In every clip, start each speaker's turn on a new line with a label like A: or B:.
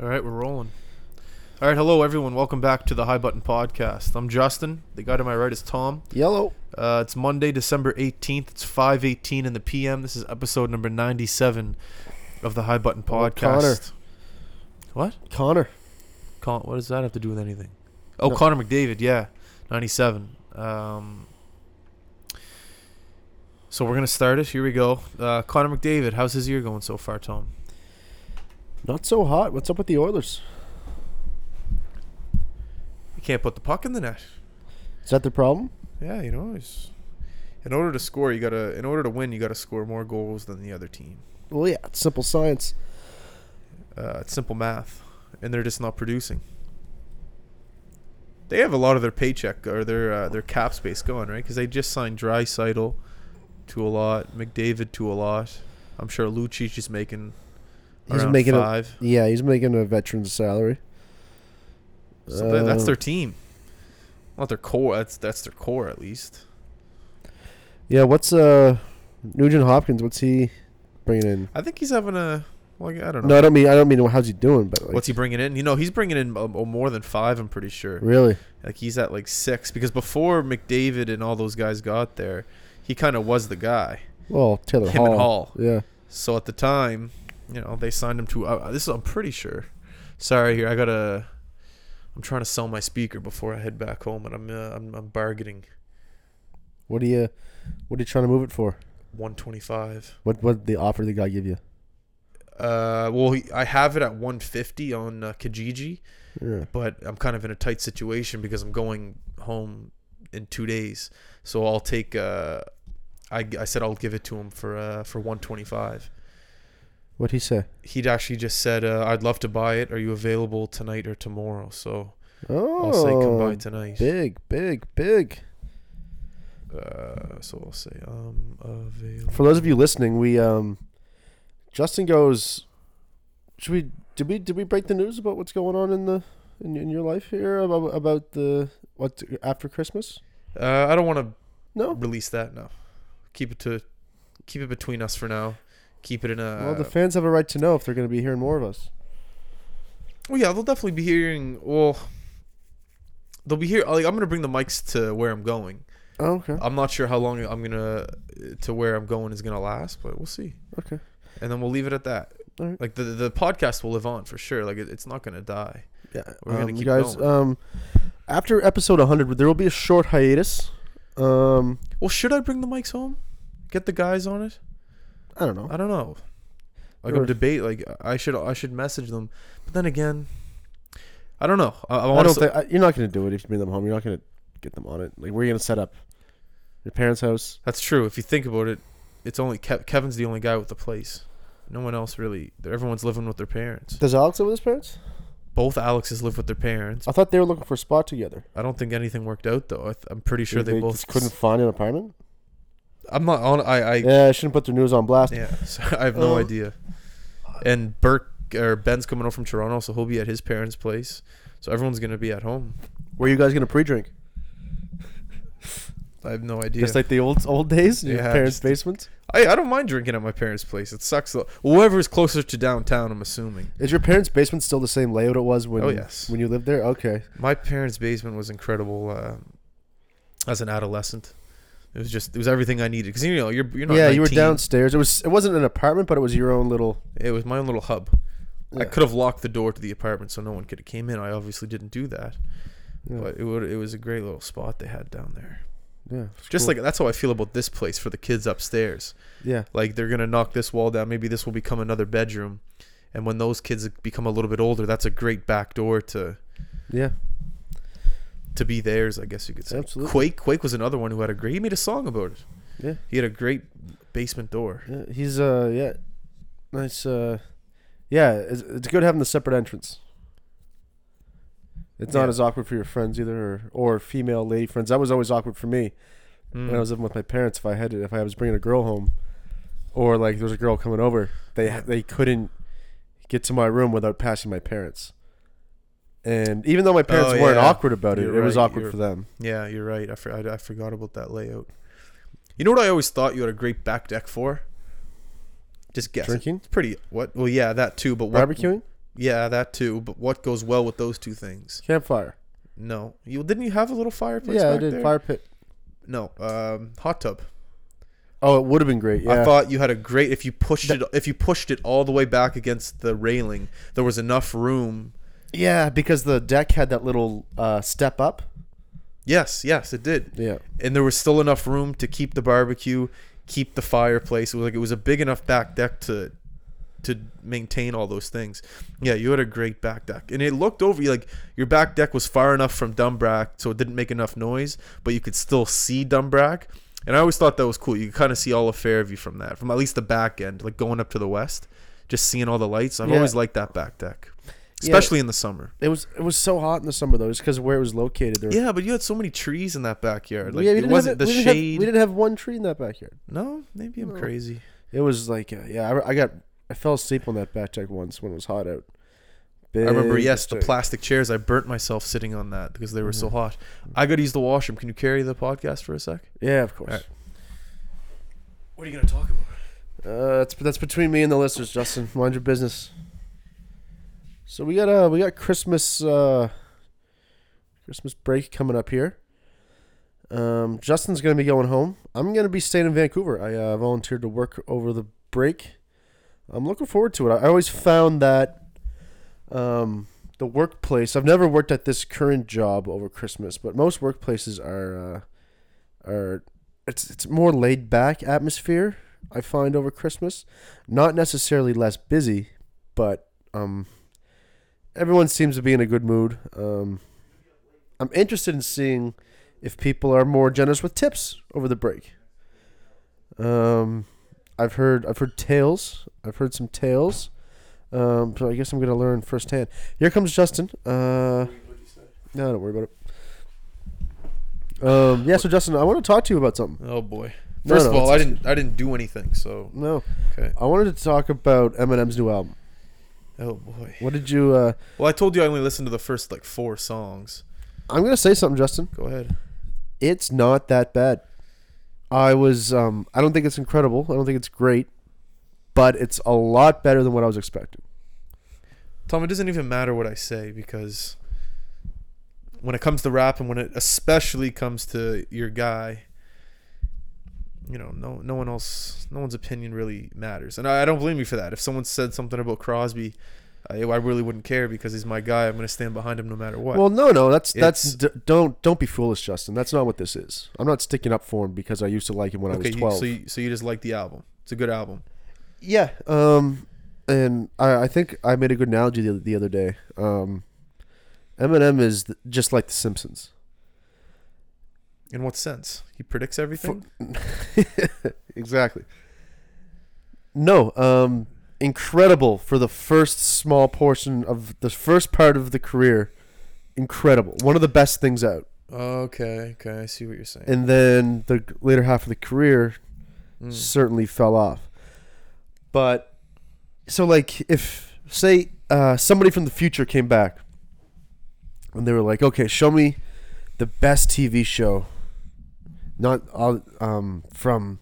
A: All right, we're rolling. All right, hello everyone. Welcome back to the High Button Podcast. I'm Justin. The guy to my right is Tom.
B: Yellow.
A: Uh, it's Monday, December 18th. It's 5:18 in the PM. This is episode number 97 of the High Button
B: Oh, Connor.
A: Podcast. What?
B: Connor.
A: Con- what does that have to do with anything? Oh,
B: No.
A: Connor McDavid. Yeah, 97. Um, so we're gonna start it. Here we go. Uh, Connor McDavid. How's his year going so far, Tom?
B: Not so hot. What's up with the Oilers?
A: He can't put the puck in the net.
B: Is that the problem?
A: Yeah, you know, it's, in order to score, you gotta. In order to win, you gotta score more goals than the other team.
B: Well, yeah, it's simple science.
A: Uh, it's simple math, and they're just not producing. They have a lot of their paycheck or their uh, their cap space going right because they just signed Drysital to a lot, McDavid to a lot. I'm sure Lucic is making
B: He's
A: around
B: making a-
A: five.
B: Yeah, he's making a veteran's salary.
A: so tha- that's
B: Uh,
A: their team, not their core. That's that's their core at least.
B: Yeah, what's uh Nugent Hopkins? What's he bringing in?
A: I think he's having a like I don't know.
B: No, I don't mean I don't mean how's he doing, but like,
A: What's he bringing in? You know, he's bringing in um, oh, more than five. I'm pretty sure.
B: really?
A: Like he's at like six because before McDavid and all those guys got there, he kind of was the guy.
B: Well, Taylor
A: Him
B: Hall.
A: and Hall.
B: Yeah,
A: So at the time, you know, they signed him to. Uh, this is I'm pretty sure. Sorry, here I gotta. I'm trying to sell my speaker before I head back home, and I'm uh, I'm, I'm bargaining
B: what are you? What are you trying to move it for?
A: 125.
B: What what the offer the guy give you?
A: Uh, well, he, I have it at 150 on uh, Kijiji,
B: Yeah,
A: but I'm kind of in a tight situation because I'm going home in two days. So I'll take. Uh, I, I said I'll give it to him for uh, for 125.
B: what he say?
A: He'd actually just said, uh, "I'd love to buy it. Are you available tonight or tomorrow?" So
B: Oh,
A: I'll say come by tonight.
B: big, big, big.
A: Uh, so I'll say I'm available.
B: For those of you listening, we um, Justin goes. Should we? Did we? Did we break the news about what's going on in the in, in your life here about about the what after Christmas?
A: Uh, I don't want to
B: No.
A: release that now. Keep it to, keep it between us for now. Keep it in a.
B: well, the fans have a right to know if they're going to be hearing more of us.
A: Well, yeah, they'll definitely be hearing. Well, they'll be here. Like, I'm gonna bring the mics to where I'm going.
B: Oh, okay.
A: I'm not sure how long I'm gonna uh, to where I'm going is gonna last, but we'll see.
B: Okay.
A: And then we'll leave it at that.
B: All right.
A: Like the the podcast will live on for sure. Like it, it's not gonna die.
B: Yeah.
A: We're gonna
B: um, you
A: keep
B: guys,
A: going.
B: um, after episode 100, there will be a short hiatus. Um,
A: Well, should I bring the mics home? Get the guys on it.
B: I don't know.
A: I don't know. Like
B: Sure.
A: a debate. Like I should I should message them, but then again, I don't know. I, I,
B: I
A: wanna
B: don't
A: s-
B: think I, you're not going to do it if you bring them home. You're not going to get them on it. Like, where are you going to set up? Your parents' house.
A: that's true. If you think about it, it's only Kev- Kevin's the only guy with the place. No one else really. Everyone's living with their parents.
B: Does Alex live with his parents?
A: Both Alexes live with their parents.
B: I thought they were looking for a spot together.
A: I don't think anything worked out though. I th- I'm pretty sure they, both
B: just couldn't find an apartment.
A: I'm not on. I I yeah.
B: Yeah, I shouldn't put their news on blast.
A: so I have no
B: Um,
A: idea. And Burke or Ben's coming over from Toronto, so he'll be at his parents' place. So everyone's gonna be at home.
B: Where are you guys gonna pre-drink?
A: I have no idea.
B: Just like the old old days, in your
A: Yeah,
B: parents'
A: just-
B: basement.
A: I, I don't mind drinking at my parents' place. It sucks though. Whoever's closer to downtown, I'm assuming.
B: Is your parents' basement still the same layout it was when?
A: Oh, yes.
B: When you lived there, okay.
A: My parents' basement was incredible um as an adolescent. It was just it was everything I needed because you know you're you're not
B: yeah, you were
A: 19.
B: downstairs. It was it wasn't an apartment, but it was your own little.
A: It was my own little hub. I
B: Yeah.
A: could have locked the door to the apartment so no one could have came in. I obviously didn't do that,
B: Yeah,
A: but it would it was a great little spot they had down there.
B: yeah, it's
A: Just
B: cool.
A: like that's how I feel about this place for the kids upstairs.
B: yeah,
A: like they're gonna knock this wall down maybe this will become another bedroom and when those kids become a little bit older that's a great back door to
B: yeah.
A: to be theirs i guess you could say
B: Absolutely.
A: quake quake was another one who had a great he made a song about it
B: Yeah.
A: he had a great basement door
B: yeah. He's uh yeah, nice uh, yeah. It's, it's good having the separate entrance. It's not
A: Yeah.
B: as awkward for your friends either, or, or female lady friends. That was always awkward for me.
A: Mm.
B: when I was living with my parents, if I had if I was bringing a girl home, or like there was a girl coming over, they they couldn't get to my room without passing my parents. And even though my parents
A: Oh,
B: weren't
A: yeah.
B: awkward about it,
A: You're
B: it was
A: right,
B: awkward
A: you're-
B: for them.
A: yeah you're right I, for, I, I forgot about that layout you know what i always thought you had a great back deck for just guess it.
B: Drinking,
A: it's pretty what well yeah that too but what
B: barbecuing,
A: Yeah, that too. But what goes well with those two things?
B: Campfire.
A: No, you didn't. You have a little fireplace.
B: yeah, I
A: back
B: did.
A: there?
B: Fire pit.
A: No, um, hot tub.
B: Oh, it would have been great. Yeah.
A: I thought you had a great if you pushed it if you pushed it all the way back against the railing. There was enough room.
B: yeah, because the deck had that little uh, step up.
A: Yes, yes, it did.
B: Yeah.
A: and there was still enough room to keep the barbecue, keep the fireplace. It was like it was a big enough back deck to to maintain all those things. Yeah, you had a great back deck, and it looked over you like your back deck was far enough from Dumbrack, so it didn't make enough noise, but you could still see Dumbrack. And I always thought that was cool. You could kind of see all of Fairview from that, from at least the back end, like going up to the west, just seeing all the lights. I've
B: Yeah.
A: always liked that back deck,
B: Yeah.
A: especially in the summer.
B: It was it was so hot in the summer though, just because where it was located. There.
A: Yeah, but you had so many trees in that backyard. Like
B: Yeah, we
A: it
B: didn't
A: wasn't
B: have,
A: the
B: we
A: shade.
B: Didn't have, we didn't have one tree in that backyard.
A: no, maybe I'm
B: No.
A: crazy.
B: It was like uh, yeah, I, I got I fell asleep on that back deck once when it was hot out.
A: I remember,
B: Big
A: yes, the
B: mistake.
A: plastic chairs. I burnt myself sitting on that because they were so hot. I got to use the washroom. Can you carry the podcast for a sec?
B: Yeah, of course.
A: Alright. What are you going to talk about?
B: Uh, that's that's between me and the listeners, Justin. Mind your business. So we got uh we got Christmas uh Christmas break coming up here. Um, Justin's gonna be going home. I'm gonna be staying in Vancouver. I uh, volunteered to work over the break. I'm looking forward to it. I always found that um the workplace. I've never worked at this current job over Christmas, but most workplaces are uh, are it's it's more laid back atmosphere. I find over Christmas. Not necessarily less busy, but um, everyone seems to be in a good mood. Um, I'm interested in seeing if people are more generous with tips over the break. Um, I've heard I've heard tales. I've heard some tales. Um, so I guess I'm gonna learn firsthand. Here comes Justin. Uh, no, don't worry about it. Um, yeah, so Justin, I want to talk to you about something.
A: Oh, boy.
B: No,
A: First
B: no,
A: of all,
B: it's-
A: I didn't I didn't do anything, so.
B: No,
A: Okay.
B: I wanted to talk about Eminem's new album.
A: Oh, boy.
B: What did you? Uh,
A: Well, I told you I only listened to the first, like, four songs.
B: I'm gonna say something, Justin.
A: Go ahead.
B: It's not that bad. I was. Um, I don't think it's incredible. I don't think it's great, but it's a lot better than what I was expecting.
A: Tom, it doesn't even matter what I say because when it comes to rap and when it especially comes to your guy, you know, no no one else, no one's opinion really matters. And I, I don't blame you for that. If someone said something about Crosby, I, I really wouldn't care because he's my guy. I'm going to stand behind him no matter what.
B: Well, no, no, that's that's
A: It's-
B: d- don't don't be foolish, Justin. That's not what this is. I'm not sticking up for him because I used to like him when I
A: okay,
B: was
A: you,
B: 12.
A: so you, so you just like the album. It's a good album.
B: Yeah. Um, and I, I think I made a good analogy the, the other day. Um, Eminem is th- just like The Simpsons.
A: In what sense? He predicts everything?
B: exactly. No, um, incredible for the first small portion of the first part of the career. Incredible, one of the best things out.
A: okay, okay, I see what you're saying.
B: And then the later half of the career
A: Mm.
B: certainly fell off. But so, like, if say uh, somebody from the future came back and they were like, "Okay, show me the best TV show, not all um, from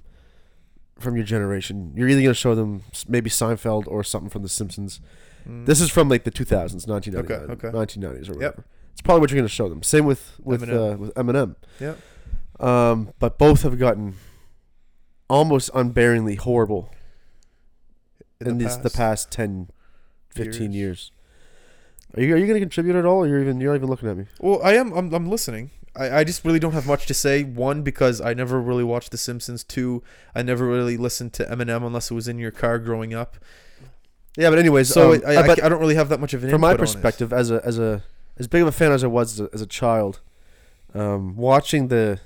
B: from your generation." You're either gonna show them s- maybe Seinfeld or something from The Simpsons.
A: Mm.
B: This is from like the 2000s, 1999,
A: Okay, okay.
B: 1990s, or whatever. It's probably what you're gonna show them. Same with with
A: Eminem.
B: Uh, with Eminem.
A: Yep.
B: Um, but both have gotten almost unbearingly horrible in, this, the past 10, 15 years. Are you, are you going to contribute at all? Or you're even you're not even looking at me.
A: Well, I am. I'm, I'm listening. I, I just really don't have much to say. One, because I never really watched The Simpsons. Two, I never really listened to Eminem unless it was in your car growing up.
B: Yeah, but anyways,
A: So
B: um,
A: I, I,
B: but
A: I don't really have that much of an
B: from my
A: input on it.
B: perspective, as a as a as big of a fan as I was as a, as a child, um, watching the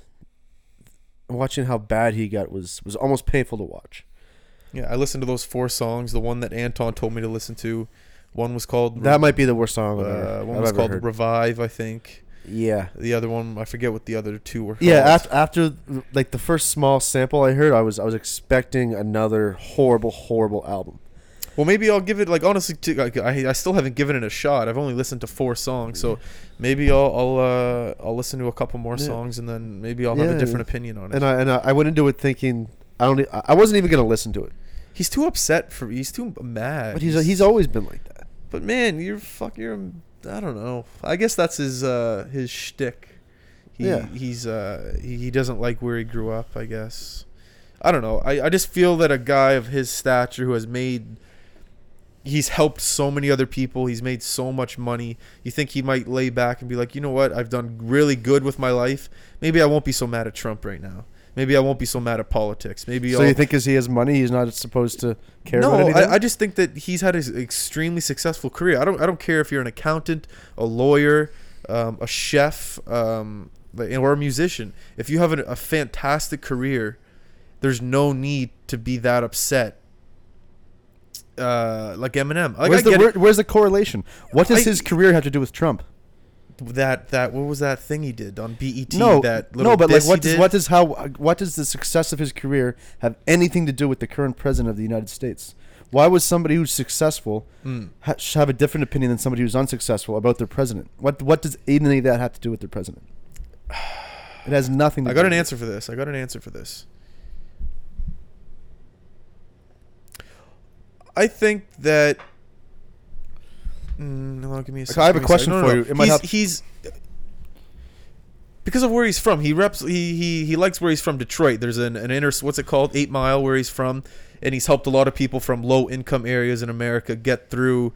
B: watching how bad he got was was almost painful to watch.
A: Yeah, I listened to those four songs. The one that Anton told me to listen to, one was called
B: That might be the worst song I've
A: uh,
B: ever,
A: one
B: I've
A: was
B: ever
A: called
B: heard.
A: Revive, I think.
B: yeah.
A: The other one, I forget what the other two were.
B: Yeah,
A: called.
B: after, after like the first small sample I heard, I was I was expecting another horrible, horrible album.
A: Well, maybe I'll give it like honestly. To, like, I I still haven't given it a shot. I've only listened to four songs, so maybe I'll I'll uh, I'll listen to a couple more
B: Yeah.
A: songs and then maybe I'll have
B: Yeah.
A: a different opinion on it.
B: And I and I, I went into it thinking I don't e- I wasn't even gonna listen to it.
A: he's too upset for he's too mad.
B: But he's he's always been like that.
A: But man, you're fuck. You're I don't know. I guess that's his uh his shtick. He
B: Yeah.
A: he's uh he he doesn't like where he grew up. I guess. I don't know. I I just feel that a guy of his stature who has made. He's helped so many other people. He's made so much money. You think he might lay back and be like, you know what? I've done really good with my life. Maybe I won't be so mad at Trump right now. Maybe I won't be so mad at politics. Maybe
B: So
A: I'll
B: you think because he has money, he's not supposed to care about
A: no,
B: anything?
A: I, I just think that he's had an extremely successful career. I don't I don't care if you're an accountant, a lawyer, um, a chef, um, like- or a musician. If you have an, a fantastic career, there's no need to be that upset. Uh, like Eminem, like, I
B: where's, the,
A: get
B: where, where's the correlation? What does
A: I-
B: his career have to do with Trump?
A: it. that that what was that thing he did on BET?
B: No,
A: that little
B: no, but like,
A: diss
B: what
A: he
B: does
A: did?
B: what does how what does the success of his career have anything to do with the current president of the United States? Why was somebody who's successful
A: Mm.
B: ha- should have a different opinion than somebody who's unsuccessful about their president? What what does any of that have to do with their president? It has nothing. To
A: I got
B: do
A: an
B: with it.
A: answer for this. I got an answer for this. I think that. Mm, hold on, give me a
B: Okay,
A: second.
B: I have a
A: give me
B: question
A: second.
B: for you. It might
A: he's,
B: help.
A: he's because of where he's from. He reps. He he he likes where he's from. Detroit. There's an an inner what's it called? Eight Mile, where he's from, and he's helped a lot of people from low income areas in America get through.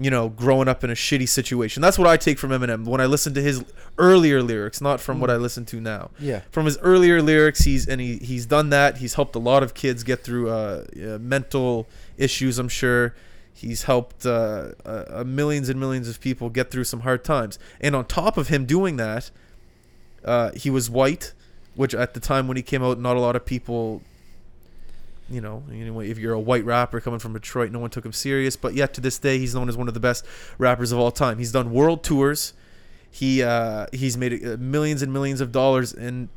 A: You know, growing up in a shitty situation. That's what I take from Eminem when I listen to his earlier lyrics, not from what I listen to now
B: Yeah.
A: from his earlier lyrics he's and he, he's done that he's helped a lot of kids get through uh, uh, mental issues i'm sure he's helped uh, uh, uh, millions and millions of people get through some hard times and on top of him doing that uh, he was white which at the time when he came out not a lot of people you know anyway if you're a white rapper coming from detroit no one took him serious but yet to this day he's known as one of the best rappers of all time he's done world tours he uh, he's made uh, millions and millions of dollars and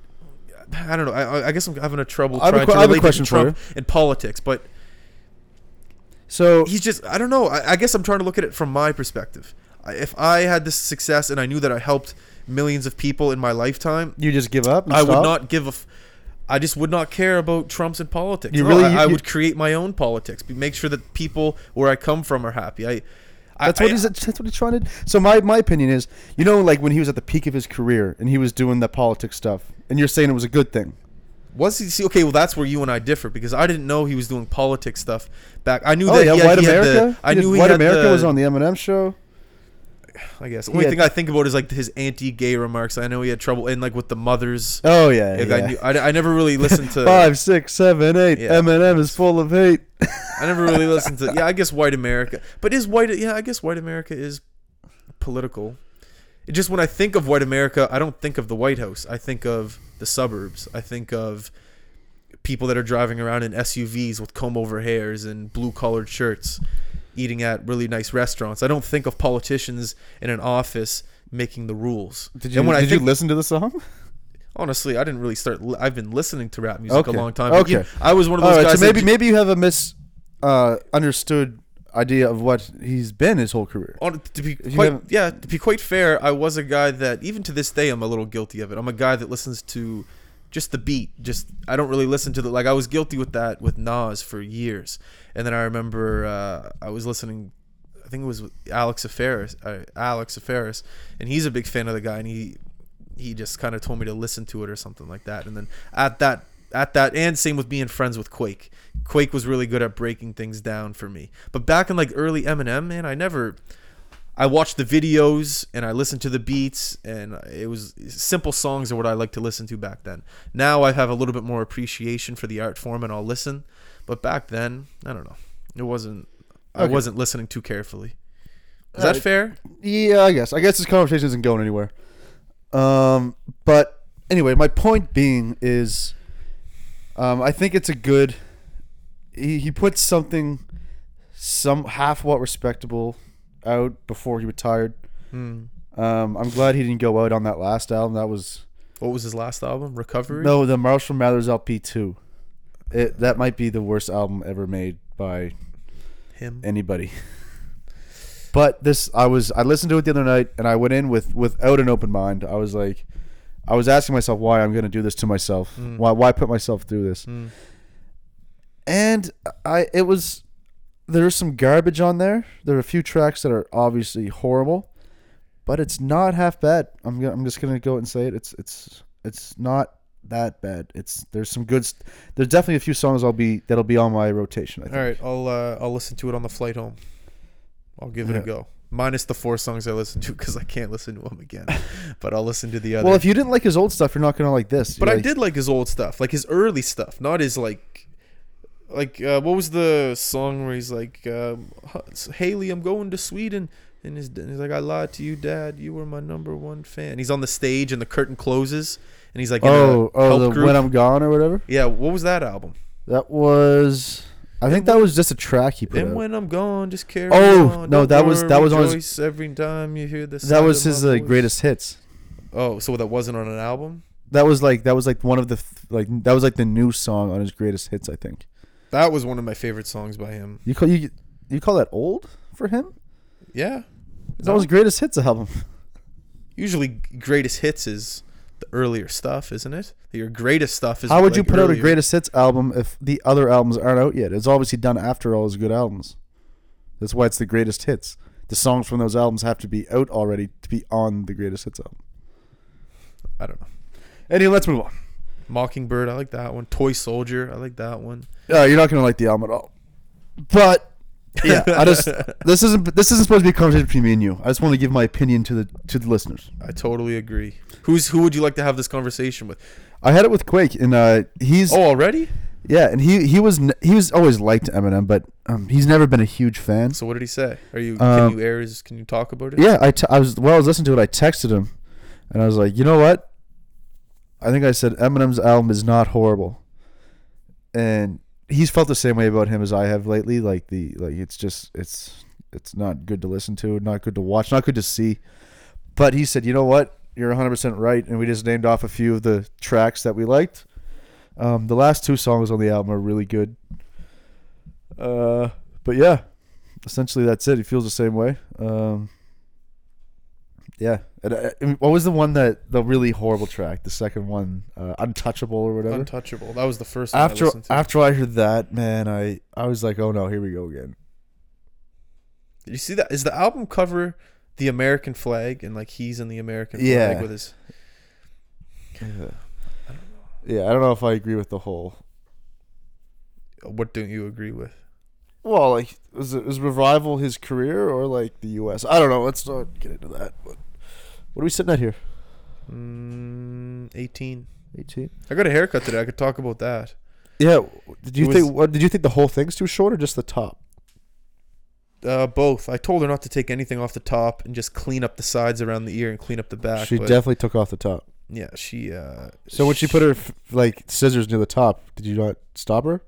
A: I don't know. I, I- I guess I'm having a trouble
B: I have a
A: trying
B: que-
A: to
B: I have a
A: relate it
B: question
A: to
B: for
A: Trump and politics, but
B: So
A: he's just I don't know. I, I guess I'm trying to look at it from my perspective. I, if I had this success and I knew that I helped millions of people in my lifetime,
B: you just give up? and
A: I would
B: stop?
A: not give a. F- I just would not care about Trump's and politics.
B: You
A: No,
B: really-
A: I, I
B: you-
A: would create my own politics. be- Make sure that people where I come from are happy. I. I-
B: That's what
A: I-
B: he's. That's what he's trying to. So my my opinion is, you know, like when he was at the peak of his career and he was doing the politics stuff, and you're saying it was a good thing.
A: Was he see? Okay, well, that's where you and I differ because I didn't know he was doing politics stuff back. I knew
B: Oh
A: that.
B: yeah,
A: yeah,
B: White
A: he had the-
B: America.
A: I
B: He did
A: knew he
B: White
A: had
B: America
A: the-
B: was on the Eminem show.
A: I guess.
B: He
A: Only
B: had-
A: thing I think about is like his anti-gay remarks. I know he had trouble in like with the mothers.
B: Oh yeah,
A: Like,
B: yeah.
A: I, knew, I, I never really listened to.
B: Five, six, seven, eight.
A: Yeah.
B: Eminem is full of hate.
A: I never really listened to. Yeah, I guess white America, but is white? Yeah, I guess white America is political. It just when I think of white America, I don't think of the White House. I think of the suburbs. I think of people that are driving around in SUVs with comb over hairs and blue collared shirts, eating at really nice restaurants. I don't think of politicians in an office making the rules.
B: Did you?
A: And when I
B: did
A: think
B: you listen to the song?
A: Honestly, I didn't really start. Li- I've been listening to rap music
B: Okay.
A: a long time. but
B: Okay.
A: you- I was one of
B: All
A: those
B: right.
A: guys.
B: So
A: that
B: maybe
A: j-
B: maybe you have a mis uh, understood idea of what he's been his whole career.
A: on, to be
B: you
A: quite
B: haven't-
A: yeah, to be quite fair, I was a guy that even to this day I'm a little guilty of it. I'm a guy that listens to just the beat. Just I don't really listen to the like. I was guilty with that with Nas for years, and then I remember uh, I was listening. I think it was with Alex Aferis, uh, Alex Aferis, and he's a big fan of the guy, and he he just kind of told me to listen to it or something like that. And then at that at that and same with being friends with Quake. Quake was really good at breaking things down for me. But back in like early Eminem, man, I never I watched the videos and I listened to the beats and it was simple songs are what I like to listen to back then. Now I have a little bit more appreciation for the art form and I'll listen, but back then, I don't know. It wasn't I
B: Okay.
A: wasn't listening too carefully. Is that
B: Alright.
A: fair?
B: Yeah, I guess. I guess this conversation isn't going anywhere. Um, but anyway, my point being is, um, I think it's a good. He he put something, some half what respectable, out before he retired.
A: Hmm.
B: Um, I'm glad he didn't go out on that last album. That was
A: What was his last album? Recovery?
B: no the Marshall Mathers LP two. It, that might be the worst album ever made by
A: Him.
B: anybody. But this, I was, I listened to it the other night, and I went in with without an open mind. I was like, I was asking myself why I'm going to do this to myself.
A: Mm.
B: Why, why put myself through this?
A: Hmm.
B: And I, it was, There's some garbage on there. There are a few tracks that are obviously horrible, but it's not half bad. I'm gonna, I'm just gonna go and say it. It's it's it's not that bad. It's there's some good. St- there's definitely a few songs I'll be that'll be on my rotation. I think.
A: All right, I'll uh, I'll listen to it on the flight home. I'll give it
B: Yeah.
A: a go. Minus the four songs I listened to because I can't listen to them again. but I'll listen to the other.
B: Well, if you didn't like his old stuff, you're not gonna like this.
A: but
B: You're
A: I
B: like-
A: did like his old stuff, like his early stuff, not his like, like uh, what was the song where he's like, um, "H- Haley, I'm going to Sweden. And his, and he's like, I lied to you, Dad. You were my number one fan. He's on the stage and the curtain closes, and he's like, in a
B: Oh, oh,
A: help
B: the
A: group.
B: when I'm gone or whatever.
A: yeah. What was that album?
B: That was. I think that was just a track he put
A: And
B: out.
A: when I'm gone, just carry
B: Oh,
A: on.
B: no,
A: Don't
B: that was-
A: worry,
B: that was on his-
A: rejoice every time you hear this.
B: that was his uh, greatest hits.
A: Oh, so that wasn't on an album.
B: That was like that was like one of the th- like that was like the new song on his greatest hits. I think
A: That was one of my favorite songs by him.
B: you call you you call that old for him.
A: Yeah,
B: That was greatest hits album.
A: usually greatest hits is the earlier stuff, isn't it? Your greatest stuff is.
B: How would you
A: like,
B: put out a
A: earlier.
B: greatest hits album if the other albums aren't out yet? It's obviously done after all his good albums. That's why it's the greatest hits. The songs from those albums have to be out already to be on the greatest hits album.
A: I don't know.
B: Anyway, let's move on.
A: Mockingbird, I like that one. Toy Soldier, I like that one.
B: Uh, you're not gonna like the album at all. But yeah, I just this isn't this isn't supposed to be a conversation between me and you. I just want to give my opinion to the to the listeners.
A: I totally agree. Who's who would you like to have this conversation with?
B: I had it with Quake, and uh, he's
A: Oh, already?
B: yeah, and he he was n- he was always liked Eminem, but um, he's never been a huge fan.
A: So what did he say? Are you?
B: Um,
A: can you air his? Can you talk about it?
B: Yeah, I, t- I was while I was listening to it, I texted him, and I was like, you know what? I think I said Eminem's album is not horrible, and he's felt the same way about him as I have lately. Like the like, it's just it's it's not good to listen to, not good to watch, not good to see. But he said, you know what? You're 100 percent right, and we just named off a few of the tracks that we liked. Um, the last two songs on the album are really good. Uh, but yeah, essentially that's it. He feels the same way. Um, yeah. And, uh, and what was the one that the really horrible track? The second one, uh, Untouchable or whatever.
A: Untouchable. That was the first. one I
B: after
A: listened to.
B: after I heard that, man, I I was like, oh no, here we go again.
A: Did you see that? Is the album cover the American flag and like he's in the American flag
B: Yeah.
A: with his?
B: Yeah, I don't know if I agree with the whole.
A: What don't you agree with?
B: Well, like, is it, is revival his career or like the U.S.? I don't know. Let's not get into that. But what are we sitting at here?
A: Mm, Eighteen.
B: Eighteen.
A: I got a haircut today. I could talk about that.
B: Yeah. w- Did you
A: It
B: think? What did you think? The whole thing's too short, or just the top?
A: Uh, both. I told her not to take anything off the top and just clean up the sides around the ear and clean up the back.
B: she
A: but
B: definitely took off the top.
A: yeah, she. Uh,
B: So when she put her f- like scissors near the top, did you not stop her?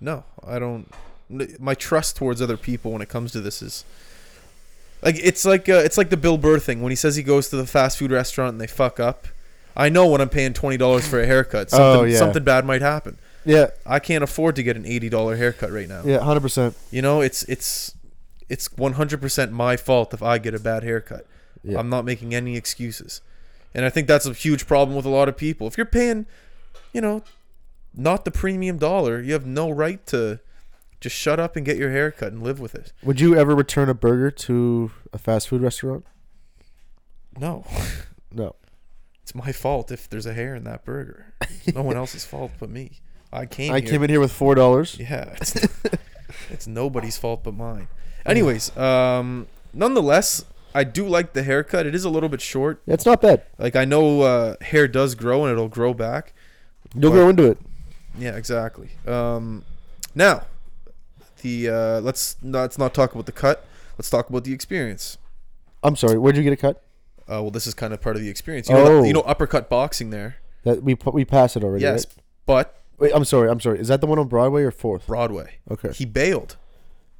A: No, I don't. n- My trust towards other people when it comes to this is like it's like uh, it's like the Bill Burr thing when he says he goes to the fast food restaurant and they fuck up. I know when I'm paying twenty dollars for a haircut,
B: Oh,
A: something,
B: yeah.
A: something bad might happen.
B: Yeah.
A: I can't afford to get an eighty dollar haircut right now.
B: Yeah. Hundred percent.
A: You know, it's it's it's one hundred percent my fault if I get a bad haircut.
B: Yeah.
A: I'm not making any excuses, and I think that's a huge problem with a lot of people. If you're paying, you know, not the premium dollar, you have no right to just shut up and get your haircut and live with it.
B: Would you ever return a burger to a fast food restaurant?
A: No,
B: No.
A: it's my fault if there's a hair in that burger. It's no one else's fault but me. I came.
B: I
A: here.
B: came in here with four dollars.
A: Yeah, it's, it's nobody's fault but mine. Anyways, um, nonetheless, I do like the haircut. It is a little bit short.
B: That's not bad.
A: Like I know uh, hair does grow and it'll grow back.
B: You'll
A: But-
B: grow into it.
A: Yeah, exactly. Um, now, the uh, let's not, let's not talk about the cut. Let's talk about the experience.
B: I'm sorry. Where'd you get a cut?
A: Uh, well, this is kind of part of the experience. You know,
B: Oh.
A: you know uppercut boxing there.
B: That we pu- we passed it already.
A: Yes,
B: right?
A: but
B: Wait. I'm sorry. I'm sorry. Is that the one on Broadway or Fourth?
A: Broadway.
B: Okay.
A: He bailed.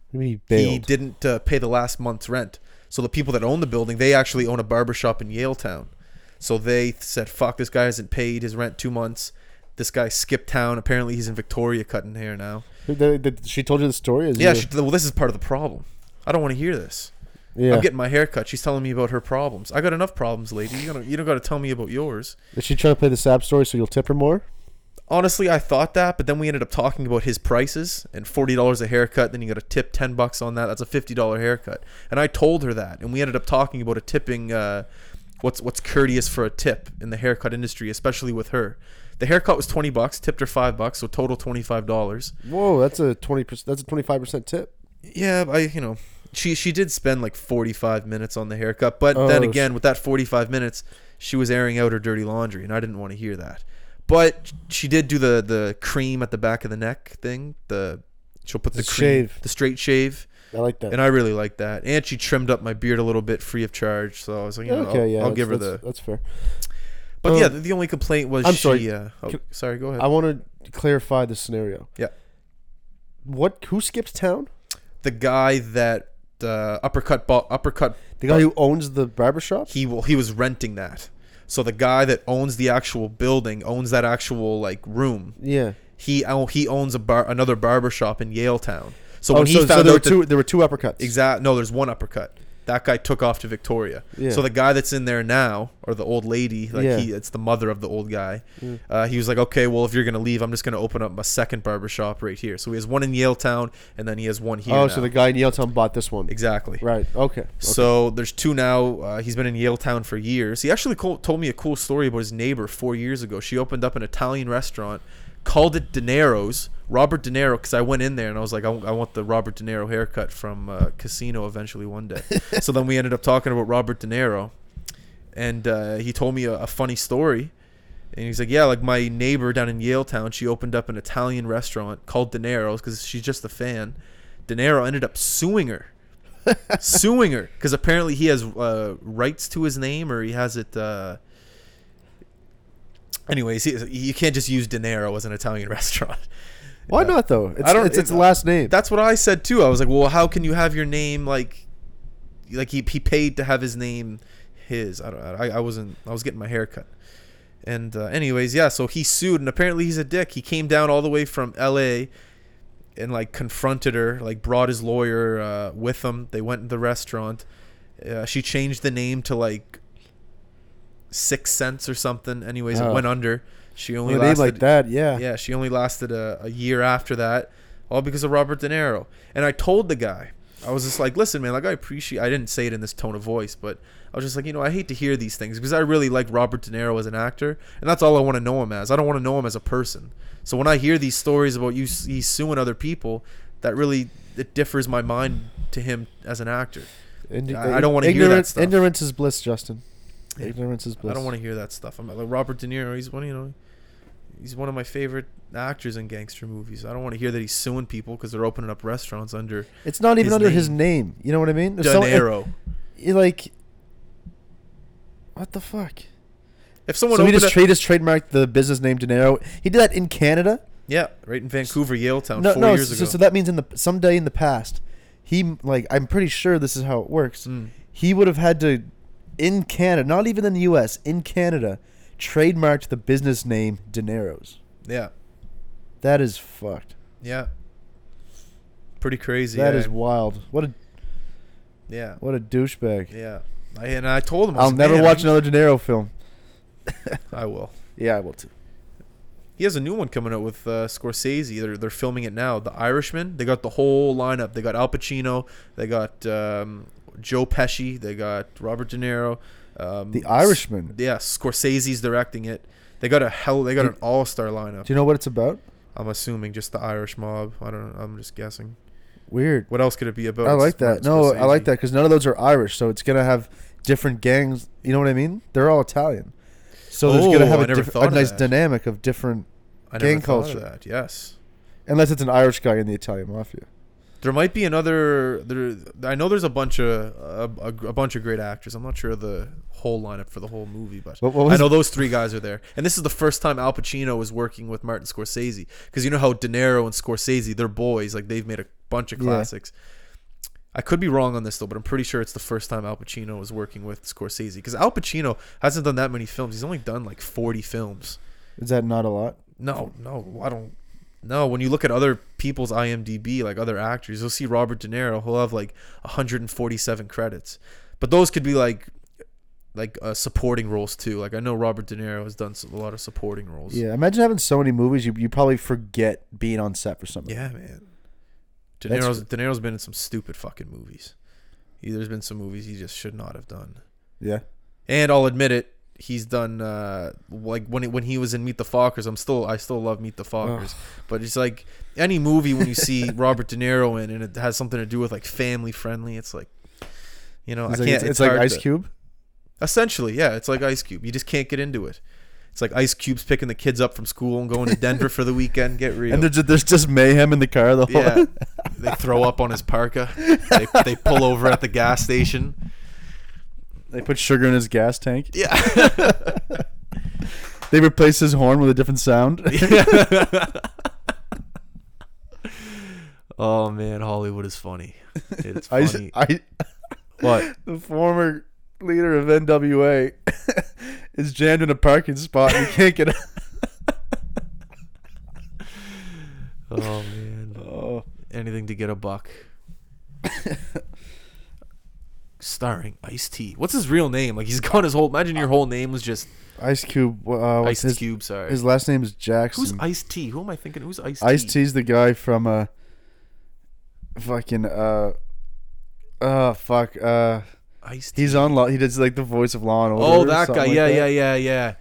B: What do you mean He bailed.
A: He didn't uh, pay the last month's rent. So the people that own the building, they actually own a barber shop in Yale Town. So they said, "Fuck, this guy hasn't paid his rent two months. This guy skipped town. Apparently, he's in Victoria cutting hair now."
B: Did- did- did she told you the story. Is
A: Yeah,
B: you-
A: she, well, this is part of the problem. I don't want to hear this.
B: yeah.
A: I'm getting my hair cut. She's telling me about her problems. I got enough problems, lady. You, gotta, you don't got to tell me about yours.
B: Is she trying to play the sap story so you'll tip her more?
A: honestly, I thought that, but then we ended up talking about his prices and forty dollars a haircut. Then you got to tip ten bucks on that. That's a fifty dollar haircut. And I told her that, and we ended up talking about a tipping. Uh, what's what's courteous for a tip in the haircut industry, especially with her. The haircut was twenty bucks, tipped her five bucks, so total twenty five dollars.
B: Whoa, that's a twenty percent. That's a twenty five percent tip.
A: Yeah, I you know she she did spend like forty five minutes on the haircut, but
B: Oh,
A: then
B: s-
A: again with that forty five minutes, she was airing out her dirty laundry, and I didn't want to hear that. But she did do the the cream at the back of the neck thing. The she'll put the,
B: The
A: cream,
B: shave.
A: the straight shave,
B: I like that.
A: and I really liked that. And she trimmed up my beard a little bit free of charge, so I was like, you know,
B: okay,
A: I'll,
B: yeah,
A: I'll
B: that's-
A: give her
B: that's-
A: the.
B: That's fair.
A: But
B: um,
A: yeah, the, the only complaint was
B: I'm
A: she.
B: sorry.
A: Uh, oh,
B: Can-
A: sorry, go ahead.
B: I want to clarify the scenario.
A: Yeah.
B: What? Who skips town?
A: the guy that uh, uppercut ball uppercut
B: The guy who owns the barber shop.
A: he will he was renting that so the guy that owns the actual building owns that actual like room
B: Yeah.
A: he ow- he owns a bar another barber shop in yale town so
B: Oh,
A: when he
B: so, so
A: found
B: there were
A: out
B: two. there were two uppercuts.
A: exact no there's one uppercut that guy took off to victoria
B: Yeah.
A: so the guy that's in there now or the old lady like
B: Yeah.
A: he it's the mother of the old guy uh, he was like okay well if you're gonna leave i'm just gonna open up my second barber shop right here so he has one in yale town and then he has one here
B: Oh, so
A: now.
B: the guy in Yaletown bought this one.
A: exactly
B: Right. Okay.
A: so there's two now. Uh, he's been in Yale Town for years. He actually co- told me a cool story about his neighbor four years ago. She opened up an Italian restaurant, called it De Niro's, Robert De Niro, because I went in there and I was like, I, w- I want the Robert De Niro haircut from uh, Casino eventually one day. so then we ended up talking about Robert De Niro, and uh, he told me a, a funny story. And he's like, yeah, like my neighbor down in Yale Town, she opened up an Italian restaurant called De Niro's because she's just a fan. De Niro ended up suing her suing her because apparently he has uh, rights to his name or he has it. Uh... Anyways, he, you can't just use dinero as an Italian restaurant.
B: Why
A: Uh,
B: not though? It's,
A: don't-
B: It's, it's
A: it-
B: last name.
A: That's what I said too. I was like, well, how can you have your name like, like he, he paid to have his name his? I don't. I, I wasn't. I was getting my hair cut. And uh, anyways, yeah. So he sued, and apparently he's a dick. He came down all the way from L.A. and like confronted her, like brought his lawyer uh, with him. They went to the restaurant. Uh, she changed the name to like Six Cents or something. Anyways, it
B: Oh.
A: went under. She only
B: With a name
A: lasted
B: like that. Yeah.
A: yeah, she only lasted a, a year after that, all because of Robert De Niro. And I told the guy, I was just like, listen, man, like I appreciate. I didn't say it in this tone of voice, but I was just like, you know, I hate to hear these things because I really like Robert De Niro as an actor, and that's all I want to know him as. I don't want to know him as a person. So when I hear these stories about you, s- he's suing other people, that really it differs my mind to him as an actor.
B: Indi-
A: I- I don't wanna hear that
B: ignorance-
A: stuff.
B: Ignorance is bliss, Justin.
A: Yeah.
B: Ignorance is bliss.
A: I don't want to hear that stuff. I'm like Robert De Niro. He's one, you know, he's one of my favorite actors in gangster movies. I don't want to hear that he's suing people because they're opening up restaurants under
B: It's not even
A: his
B: under his
A: name.
B: name. You know what I mean?
A: De
B: If someone- if-
A: Niro.
B: you like, what the fuck?
A: If someone
B: so he
A: opened
B: just,
A: up,
B: tra- he just trademarked the business name De Niro. He did that in Canada.
A: yeah, right in Vancouver, Yale Town,
B: no,
A: four
B: no.
A: years
B: so,
A: ago.
B: so that means in the someday in the past, he like I'm pretty sure this is how it works.
A: Mm.
B: He would have had to, in Canada, not even in the U.S., in Canada, trademarked the business name De Niro's.
A: yeah,
B: That is fucked.
A: yeah, pretty crazy.
B: That
A: eh?
B: is wild. What a
A: yeah,
B: what a douchebag.
A: yeah. I, and I told him, I
B: I'll
A: was like,
B: never
A: "Man,
B: watch
A: I'm-
B: another De Niro film.
A: I will.
B: Yeah, I will too.
A: He has a new one coming out with uh, Scorsese. They're, they're filming it now. The Irishman. They got the whole lineup. They got Al Pacino. They got um, Joe Pesci. They got Robert De Niro. Um,
B: The Irishman.
A: S- yeah, Scorsese's directing it. They got a hell. They got
B: Do-
A: an all-star lineup.
B: Do you know what it's about?
A: I'm assuming just the Irish mob. I don't. know. I'm just guessing.
B: Weird.
A: What else could it be about?
B: I like
A: Martin
B: that. No, I like
A: Scorsese.
B: that because none of those are Irish, so it's gonna have different gangs. You know what I mean? They're all Italian, so there's
A: Oh,
B: gonna have
A: I
B: a,
A: never
B: diff-
A: thought
B: a
A: of
B: nice
A: that.
B: dynamic of different.
A: I
B: Gang
A: never thought of
B: culture.
A: that. Yes.
B: Unless it's an Irish guy in the Italian mafia.
A: There might be another. There, I know there's a bunch of a, a, a bunch of great actors. I'm not sure of the whole lineup for the whole movie, but
B: What- what
A: I
B: was-
A: know those three guys are there. And this is the first time Al Pacino is working with Martin Scorsese because you know how De Niro and Scorsese, they're boys. Like they've made a bunch of
B: Yeah.
A: classics. I could be wrong on this though, but I'm pretty sure it's the first time Al Pacino is working with Scorsese because Al Pacino hasn't done that many films. He's only done like 40 films.
B: Is that not a lot?
A: No, no, I don't. No, when you look at other people's IMDb, like other actors, you'll see Robert De Niro. He'll have like 147 credits, but those could be like like uh, supporting roles too. Like I know Robert De Niro has done s- a lot of supporting roles.
B: Yeah, imagine having so many movies, you you probably forget being on set for something.
A: Yeah, man. De
B: That's-
A: Niro's De Niro's been in some stupid fucking movies. He, there's been some movies he just should not have done.
B: Yeah.
A: And I'll admit it, he's done uh like when it, when he was in Meet the Fockers. I'm still I still love Meet the Fockers, but it's like any movie when you see Robert De Niro in and it has something to do with like family friendly, it's like you know
B: It's
A: I
B: like,
A: can't.
B: it's, it's like
A: hard
B: Ice
A: to-
B: Cube.
A: Essentially, yeah, it's like Ice Cube. You just can't get into it. It's like Ice Cube's picking the kids up from school and going to Denver for the weekend. Get real.
B: And there's just, there's just mayhem in the car the whole
A: Yeah. they throw up on his parka. They, they pull over at the gas station.
B: They put sugar in his gas tank.
A: Yeah.
B: They replace his horn with a different sound.
A: oh man, Hollywood is funny. It's
B: Ice,
A: funny.
B: I,
A: what?
B: the former leader of NWA is jammed in a parking spot and he can't get out.
A: Oh man.
B: Oh,
A: Anything to get a buck. Starring Ice T. What's his real name? Like he's gone his whole. Imagine your whole name was just
B: Ice Cube. Uh, what's
A: Ice
B: his,
A: Cube. Sorry.
B: his last name is
A: Who's
B: Jackson.
A: Ice T? Who am I thinking? Who's Ice T?
B: Ice T's the guy from uh, fucking uh, uh, fuck uh,
A: Ice T.
B: he's on law. He does like the voice of Law and Order.
A: Oh,
B: or
A: that
B: something
A: guy.
B: like
A: yeah,
B: that.
A: yeah, yeah, yeah.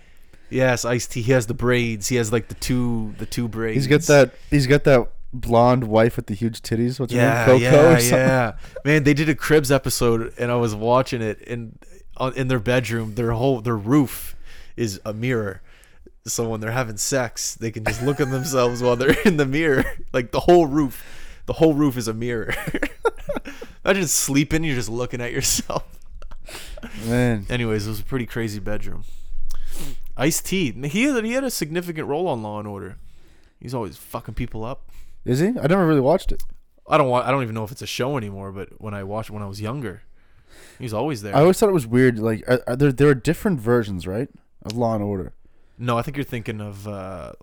A: Yes, Ice T. He has the braids. He has like the two, the two braids.
B: He's got that. He's got that blonde wife with the huge titties. What's
A: Yeah,
B: her name? Coco.
A: yeah,
B: or something?
A: yeah. Man, they did a Cribs episode, and I was watching it, and on, in their bedroom, their whole their roof is a mirror. So when they're having sex, they can just look at themselves while they're in the mirror. Like the whole roof, the whole roof is a mirror. Imagine sleeping, you're just looking at yourself.
B: Man,
A: Anyways, it was a pretty crazy bedroom. Ice T. He had, he had a significant role on Law and Order. He's always fucking people up.
B: is he? I never really watched it.
A: I don't want. I don't even know if it's a show anymore. But when I watched when I was younger, he was always there.
B: I always thought it was weird. Like, are, are there there are different versions, right, of Law and Order?
A: no, I think you're thinking of uh,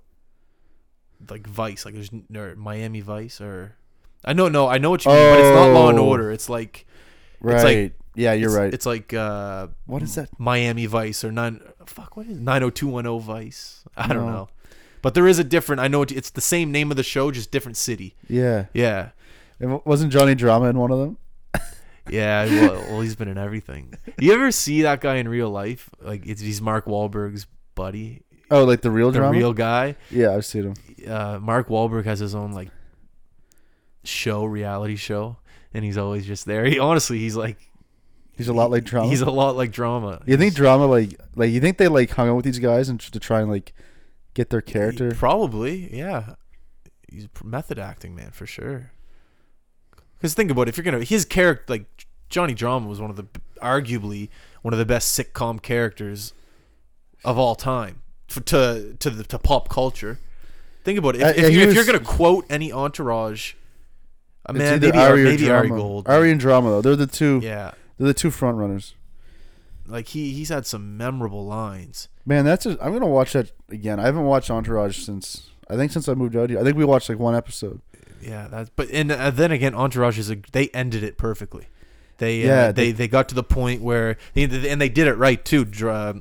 A: like Vice, like there's n- or Miami Vice, or I know, no, I know what you mean, but it's not Law and
B: Oh.
A: Order. It's like
B: Right.
A: like-
B: yeah, you're
A: it's-
B: right.
A: It's like uh,
B: What is that?
A: Miami Vice or nine fuck what is nine hundred two one zero Vice? I don't
B: No.
A: know, but there is a different. I know it, it's the same name of the show, just different city.
B: Yeah.
A: Yeah,
B: It wa- wasn't Johnny Drama in one of them?
A: yeah. Well, well, he's been in everything. You ever see that guy in real life? Like it's he's Mark Wahlberg's buddy,
B: Oh, like the real
A: the
B: drama.
A: real guy.
B: yeah, I've seen him.
A: Uh, Mark Wahlberg has his own like show, reality show, and he's always just there. He honestly, he's like
B: He's a lot like drama.
A: He's a lot like drama.
B: you think drama like like you think they like hung out with these guys and tr- to try and like get their character?
A: Probably, yeah. He's pr- method acting, man, for sure. Because think about it, if you're gonna his character, like Johnny Drama, was one of the arguably one of the best sitcom characters of all time for, to to the, to pop culture. Think about it. If,
B: Uh,
A: if
B: yeah, he
A: you, if
B: was-
A: you're gonna quote any Entourage, uh,
B: It's
A: man,
B: either
A: maybe Ari,
B: or
A: maybe Ari
B: Drama.
A: Gold.
B: Ari and drama though. They're the two.
A: yeah,
B: They're the two front runners.
A: like he he's had some memorable lines.
B: Man, that's i I'm gonna watch that again. I haven't watched Entourage since I think since I moved out here. I think we watched like one episode.
A: Yeah, that's but and uh, then again, Entourage is a they ended it perfectly. They
B: Yeah,
A: uh, they, they got to the point where they, and they did it right too. Dr- Uh,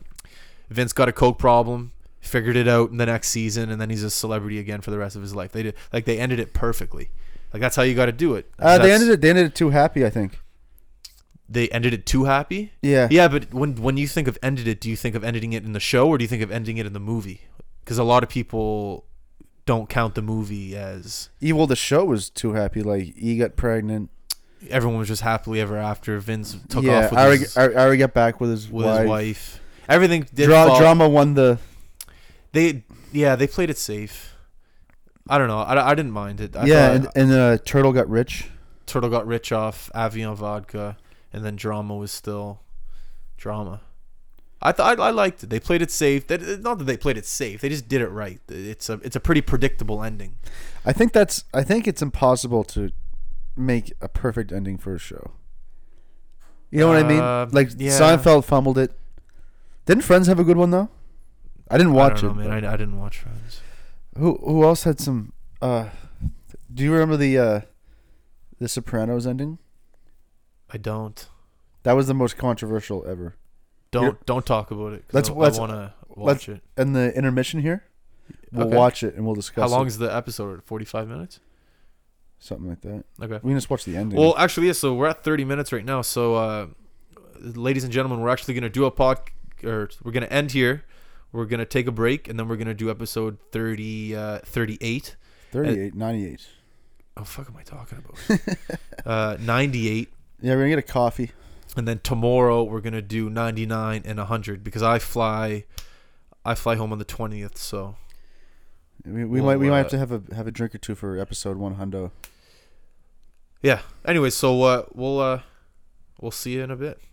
A: Vince got a coke problem, figured it out in the next season, and then he's a celebrity again for the rest of his life. They did like they ended it perfectly. Like that's how you got to do it.
B: Uh, they
A: That's-
B: ended it. They ended it too happy. I think.
A: They ended it too happy.
B: Yeah.
A: Yeah, but when when you think of ended it, do you think of ending it in the show or do you think of ending it in the movie? Because a lot of people don't count the movie as
B: Evil. The show was too happy. Like E got pregnant.
A: everyone was just happily ever after. Vince took
B: yeah.
A: off with
B: Ari,
A: his,
B: Ari, Ari got back with his
A: with
B: wife.
A: his wife. Everything did
B: Dra-
A: fall-
B: drama won the.
A: They yeah, they played it safe. I don't know. I, I didn't mind it. I
B: yeah,
A: thought
B: and, and uh, Turtle got rich.
A: Turtle got rich off Avion vodka, and then drama was still drama. I thought I, I liked it. They played it safe. That not that they played it safe. They just did it right. It's a it's a pretty predictable ending.
B: I think that's. I think it's impossible to make a perfect ending for a show. You know what I
A: Uh,
B: mean? Like
A: yeah.
B: Seinfeld fumbled it. Didn't Friends have a good one though? I didn't watch
A: I don't know,
B: it.
A: man. I, I didn't watch Friends.
B: but- Who Who else had some? Uh, do you remember the uh, the Sopranos ending?
A: I don't.
B: That was the most controversial ever.
A: Don't
B: You're-
A: don't talk about it. 'cause
B: Let's-
A: I,
B: let's-
A: want to watch it.
B: And the intermission here, we'll
A: Okay.
B: watch it and we'll discuss
A: How long
B: it.
A: is the episode? Forty five minutes.
B: something like that.
A: Okay.
B: We can just watch the ending.
A: Well, actually, yeah, so we're at 30 minutes right now. So, uh, ladies and gentlemen, we're actually going to do a pod, or we're going to end here. We're going to take a break, and then we're going to do episode 30, uh, 38.
B: 38, 98.
A: Oh, fuck am I talking about? uh, 98.
B: Yeah, we're gonna get a coffee.
A: And then tomorrow we're going to do 99 and 100 because I fly. I fly home on the 20th, so
B: We, we
A: Well,
B: might we might
A: uh,
B: have to have a have a drink or two for episode one hundo.
A: yeah. Anyway, so uh, we'll uh, we'll see you in a bit.